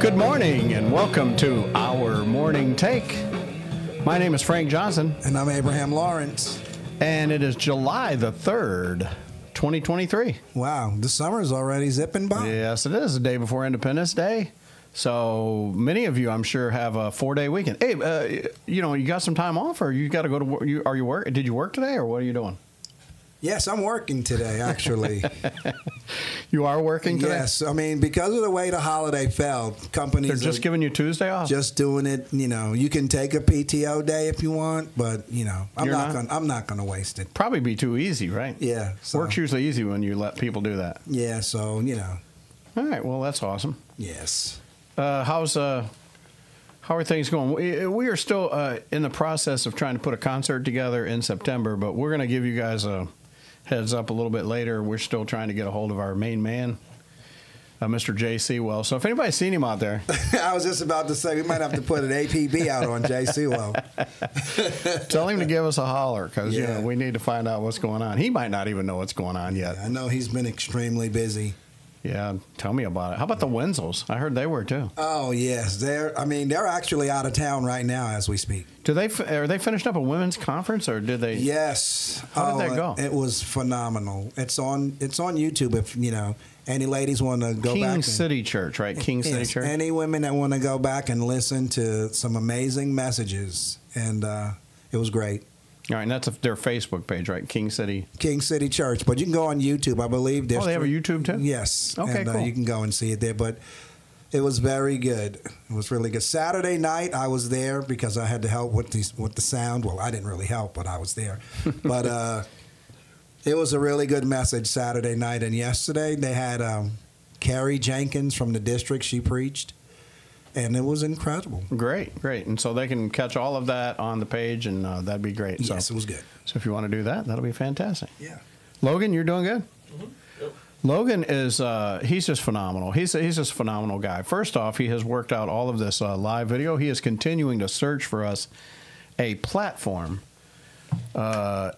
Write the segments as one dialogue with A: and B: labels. A: Good morning and welcome to our morning take. My name is Frank Johnson
B: And I'm Abraham Lawrence.
A: and it is July the 3rd, 2023.
B: Wow, the summer's already zipping by.
A: Yes, it is the day before Independence Day. So many of you, I'm sure, have a four-day weekend. Hey, uh, you know, you got some time off, or you got to go to work? You, are you work? Did you work today, or what are you doing?
B: Yes, I'm working today, actually.
A: You are working today.
B: yes, I mean, because of the way the holiday fell, companies
A: they're just
B: are
A: giving you Tuesday off.
B: just doing it. You know, you can take a PTO day if you want, but you know, I'm
A: You're
B: not,
A: not?
B: gonna I'm not gonna waste it.
A: Probably be too easy, right?
B: Yeah, so,
A: Work's usually easy when you let people do that.
B: yeah, so you know,
A: All right. Well, that's awesome.
B: yes,
A: Uh, how's uh, how are things going? We, we are still uh, in the process of trying to put a concert together in September, but we're going to give you guys a heads up a little bit later. We're still trying to get a hold of our main man, uh, Mr. J.C. Well. So if anybody's seen him out there,
B: I was just about to say we might have to put an APB out on JC. Well,
A: tell him to give us a holler because you know
B: Yeah.
A: we need to find out what's going on. He might not even know what's going on yet.
B: I know he's been extremely busy.
A: Yeah, tell me about it. How about the Wenzels? I heard they were too.
B: Oh yes, they're. I mean, they're actually out of town right now as we speak.
A: Do they f- are they finished up a women's conference or did they?
B: Yes. Oh,
A: How did that go?
B: It was phenomenal. It's on. It's on YouTube. If you know any ladies want to go
A: King
B: back. and-
A: City Church, right? King City
B: Yes,
A: Church.
B: Any women that want to go back and listen to some amazing messages, and uh, it was great.
A: All right, and that's their Facebook page, right? King City.
B: King City Church, but you can go on YouTube. I believe. there's
A: Oh, they have a
B: three-
A: YouTube too?
B: Yes.
A: Okay,
B: and,
A: cool.
B: Uh, you can go and see it there, but. It was very good. It was really good. Saturday night, I was there because I had to help with the with the sound. Well, I didn't really help, but I was there. But uh, it was a really good message Saturday night, and yesterday they had um, Carrie Jenkins from the district. She preached, and it was incredible.
A: Great, great. And so they can catch all of that on the page, and uh, that'd be great. So,
B: Yes, it was good.
A: so if you want to do that, that'll be fantastic.
B: Yeah.
A: Logan, you're doing good. Logan is uh, he's just phenomenal. He's he's just a phenomenal guy. First off, he has worked out all of this uh, live video. He is continuing to search for us a platform, uh,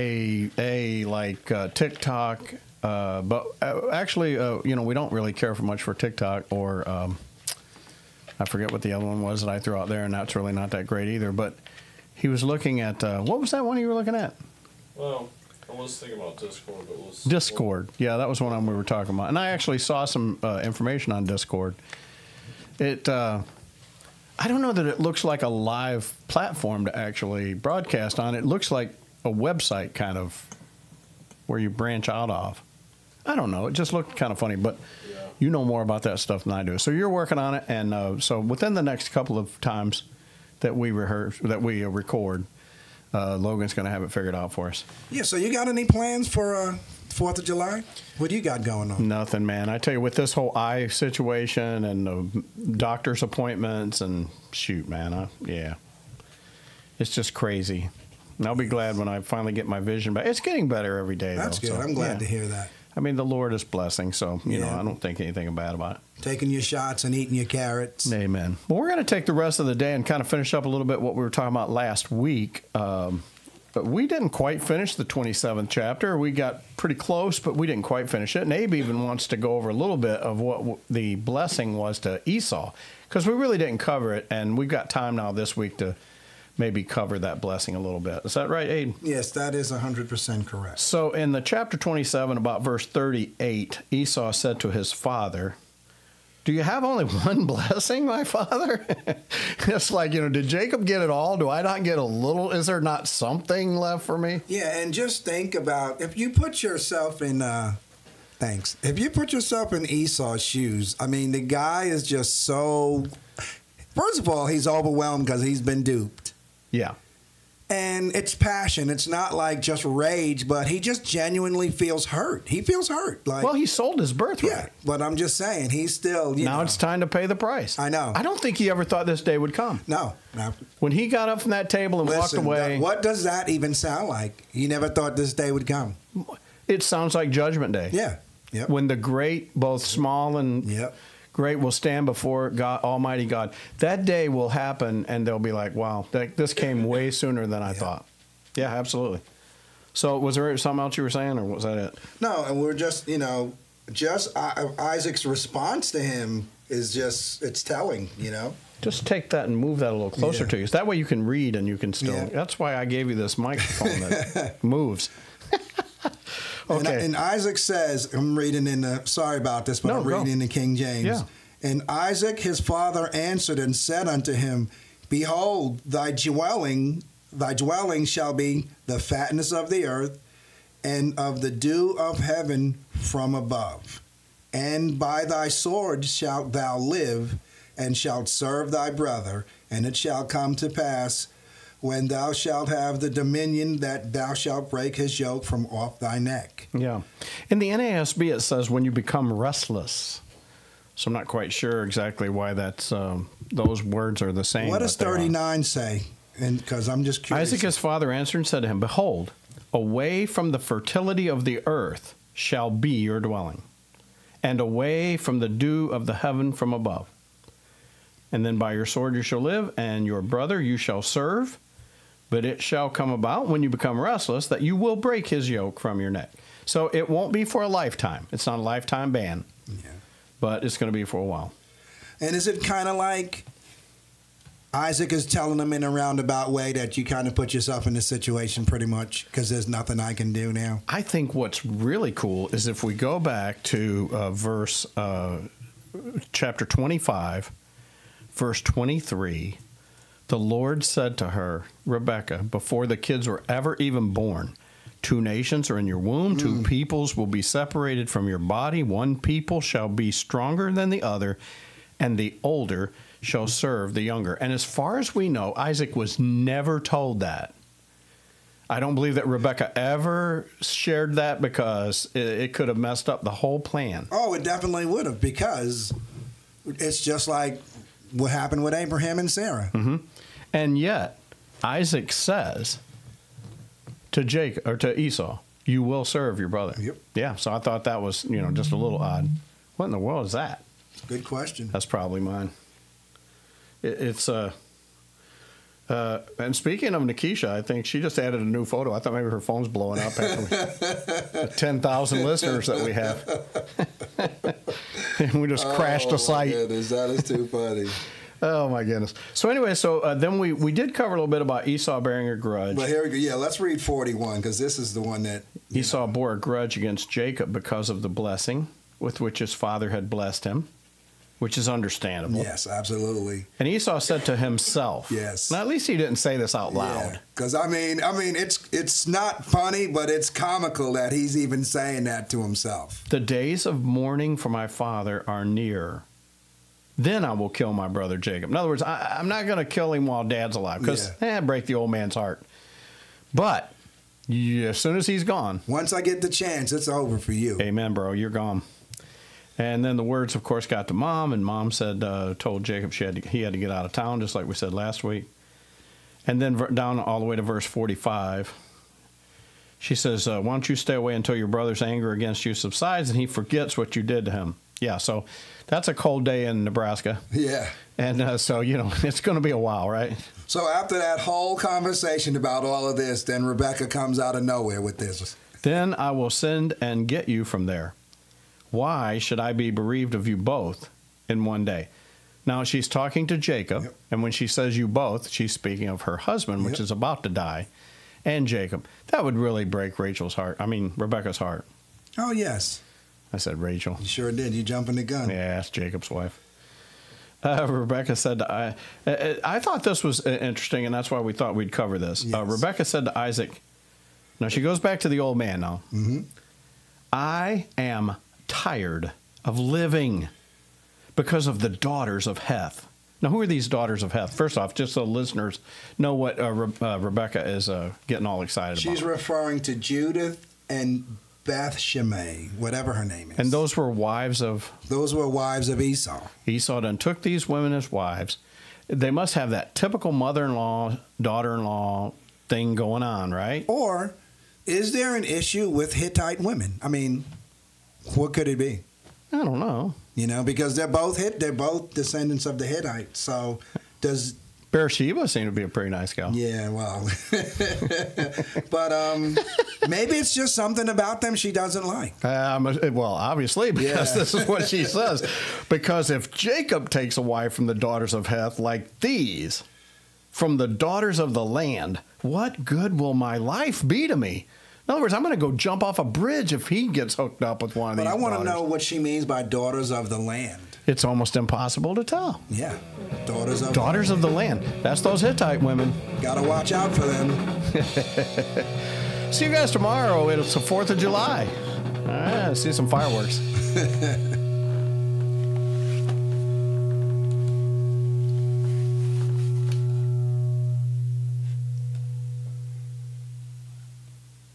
A: aka like uh, TikTok. Uh, but uh, actually, uh, you know, we don't really care for much for TikTok or um, I forget what the other one was that I threw out there, and that's really not that great either. But he was looking at uh, what was that one you were looking at?
C: Well, I was thinking about Discord, but let's
A: Discord. Yeah, that was one of 'em we were talking about. And I actually saw some uh, information on Discord. It, uh, I don't know that it looks like a live platform to actually broadcast on. It looks like a website kind of where you branch out of. I don't know. It just looked kind of funny, but
C: Yeah.
A: you know more about that stuff than I do. So you're working on it, and uh, so within the next couple of times that we rehearse, that we uh, record, uh, Logan's going to have it figured out for us.
B: Yeah. So you got any plans for uh, Fourth of July? What do you got going on?
A: Nothing, man. I tell you, with this whole eye situation and the doctor's appointments and shoot, man, I, yeah, it's just crazy. And I'll be glad when I finally get my vision back. It's getting better every day.
B: That's
A: though,
B: good.
A: so,
B: I'm glad
A: yeah.
B: to hear that.
A: I mean, the Lord is blessing, so you know,
B: Yeah.
A: I don't think anything bad about it.
B: Taking your shots and eating your carrots.
A: Amen. Well, we're going to take the rest of the day and kind of finish up a little bit what we were talking about last week. Um, but we didn't quite finish the 27th chapter. We got pretty close, but we didn't quite finish it. And Abe even wants to go over a little bit of what w- the blessing was to Esau because we really didn't cover it. And we've got time now this week to maybe cover that blessing a little bit. Is that right, Abe?
B: Yes, that is 100% correct.
A: So in the chapter 27, about verse 38, Esau said to his father, Do you have only one blessing, my father? it's like, you know, did Jacob get it all? Do I not get a little? Is there not something left for me?
B: Yeah, and just think about if you put yourself in uh thanks. If you put yourself in Esau's shoes, I mean, the guy is just so First of all, he's overwhelmed cuz he's been duped.
A: Yeah.
B: And it's passion. It's not like just rage, but he just genuinely feels hurt. He feels hurt. Like
A: Well, he sold his birthright.
B: yeah, but I'm just saying he's still, you
A: Now
B: know.
A: it's time to pay the price.
B: I know.
A: I don't think he ever thought this day would come.
B: no, no.
A: When he got up from that table and
B: Listen,
A: walked away,
B: that- what does that even sound like? You never thought this day would come.
A: it sounds like Judgment Day.
B: Yeah. Yep.
A: When the great, both small and
B: Yep.
A: great will stand before God, Almighty God. That day will happen, and they'll be like, "Wow, that, this came way sooner than I thought." Yeah, absolutely. So, was there something else you were saying, or was that it?
B: No, and we're just you know, just I- Isaac's response to him is just it's telling, you know.
A: Just take that and move that a little closer
B: Yeah.
A: to you. So that way you can read and you can still.
B: Yeah.
A: That's why I gave you this microphone that moves.
B: And,
A: Okay.
B: and Isaac says, I'm reading in the, sorry about this, but
A: No,
B: I'm
A: go.
B: reading in the King James.
A: Yeah.
B: And Isaac his father answered and said unto him, Behold, thy dwelling, thy dwelling shall be the fatness of the earth and of the dew of heaven from above. And by thy sword shalt thou live and shalt serve thy brother. And it shall come to pass when thou shalt have the dominion that thou shalt break his yoke from off thy neck.
A: Yeah. In the NASB, it says when you become restless. So I'm not quite sure exactly why that's um, those words are the same.
B: What
A: but
B: does
A: they are.
B: 39 say? And because I'm just curious.
A: Isaac his father answered and said to him, Behold, away from the fertility of the earth shall be your dwelling, and away from the dew of the heaven from above. And then by your sword you shall live, and your brother you shall serve. But it shall come about when you become restless that you will break his yoke from your neck. So it won't be for a lifetime. It's not a lifetime ban,
B: Yeah.
A: but it's going to be for a while.
B: And is it kind of like Isaac is telling him in a roundabout way that you kind of put yourself in this situation pretty much because there's nothing I can do now?
A: I think what's really cool is if we go back to uh, verse uh, chapter 25, verse 23, the Lord said to her, Rebecca, before the kids were ever even born, two nations are in your womb, two peoples will be separated from your body, one people shall be stronger than the other, and the older shall serve the younger. And as far as we know, Isaac was never told that. I don't believe that Rebecca ever shared that because it, it could have messed up the whole plan.
B: Oh, it definitely would have because it's just like what happened with Abraham and Sarah.
A: Mm-hmm. And yet, Isaac says to Jake or to Esau, "You will serve your brother."
B: Yep.
A: Yeah. So I thought that was you know just a little odd. What in the world is that?
B: Good question.
A: That's probably mine. It, it's uh, uh, and speaking of Nikisha, I think she just added a new photo. I thought maybe her phone's blowing up after we, ten thousand listeners that we have. and we just
B: Oh,
A: crashed the site.
B: that is too funny.
A: Oh my goodness. So anyway, so uh, then we we did cover a little bit about Esau bearing a grudge.
B: But here we go. Yeah, let's read 41 because this is the one that
A: Esau bore a grudge against Jacob because of the blessing with which his father had blessed him, which is understandable.
B: Yes, absolutely.
A: And Esau said to himself,
B: Yes.
A: Now, at least he didn't say this out loud.
B: Because I mean, I mean, it's it's not funny, but it's comical that he's even saying that to himself.
A: The days of mourning for my father are near. Then I will kill my brother Jacob. In other words, I, I'm not going to kill him while dad's alive because eh, break the old man's heart. But yeah, as soon as he's gone,
B: Once I get the chance, it's over for you.
A: Amen, bro. You're gone. And then the words, of course, got to mom, and mom said, uh, told Jacob she had to, he had to get out of town, just like we said last week. And then ver- down all the way to verse 45, she says, uh, "Why don't you stay away until your brother's anger against you subsides and he forgets what you did to him?" Yeah, so that's a cold day in Nebraska,
B: Yeah.
A: and uh, so you know it's going to be a while, right?
B: So after that whole conversation about all of this, then Rebecca comes out of nowhere with this.
A: Then I will send and get you from there. Why should I be bereaved of you both in one day? Now she's talking to Jacob,
B: Yep.
A: and when she says you both, she's speaking of her husband, which
B: Yep.
A: is about to die, and Jacob. That would really break Rachel's heart. I mean, Rebecca's heart.
B: Oh yes,
A: I said Rachel.
B: you sure did. You jumping the gun.
A: Yeah, that's Jacob's wife. Uh, Rebecca said, to I, uh, I thought this was uh, interesting, and that's why we thought we'd cover this. Uh,
B: Yes.
A: Rebecca said to Isaac, now she goes back to the old man now.
B: Mhm.
A: I am tired of living because of the daughters of Heth. Now, who are these daughters of Heth? First off, just so listeners know what uh, Re- uh, Rebecca is uh, getting all excited
B: She's
A: about.
B: referring to Judith and Beth Shemay, whatever her name is.
A: and those were wives of
B: those were wives of Esau.
A: Esau done took these women as wives. They must have that typical mother in law, daughter in law thing going on, right?
B: Or is there an issue with Hittite women? I mean, what could it be?
A: I don't know.
B: you know, because they're both hit. They're both descendants of the Hittites. So, does
A: Beersheba seemed to be a pretty nice gal.
B: Yeah, well, but um, maybe it's just something about them she doesn't like.
A: Um, well, obviously, because
B: Yeah.
A: this is what she says. Because if Jacob takes a wife from the daughters of Heth, like these, from the daughters of the land, what good will my life be to me? In other words, I'm going to go jump off a bridge if he gets hooked up with one of
B: But
A: these.
B: I want to
A: daughters.
B: know what she means by daughters of the land.
A: It's almost impossible to tell.
B: Yeah, daughters of
A: Daughters of the land. That's those Hittite women.
B: Gotta watch out for them.
A: See you guys tomorrow. It's the 4th of July. Ah, see some fireworks.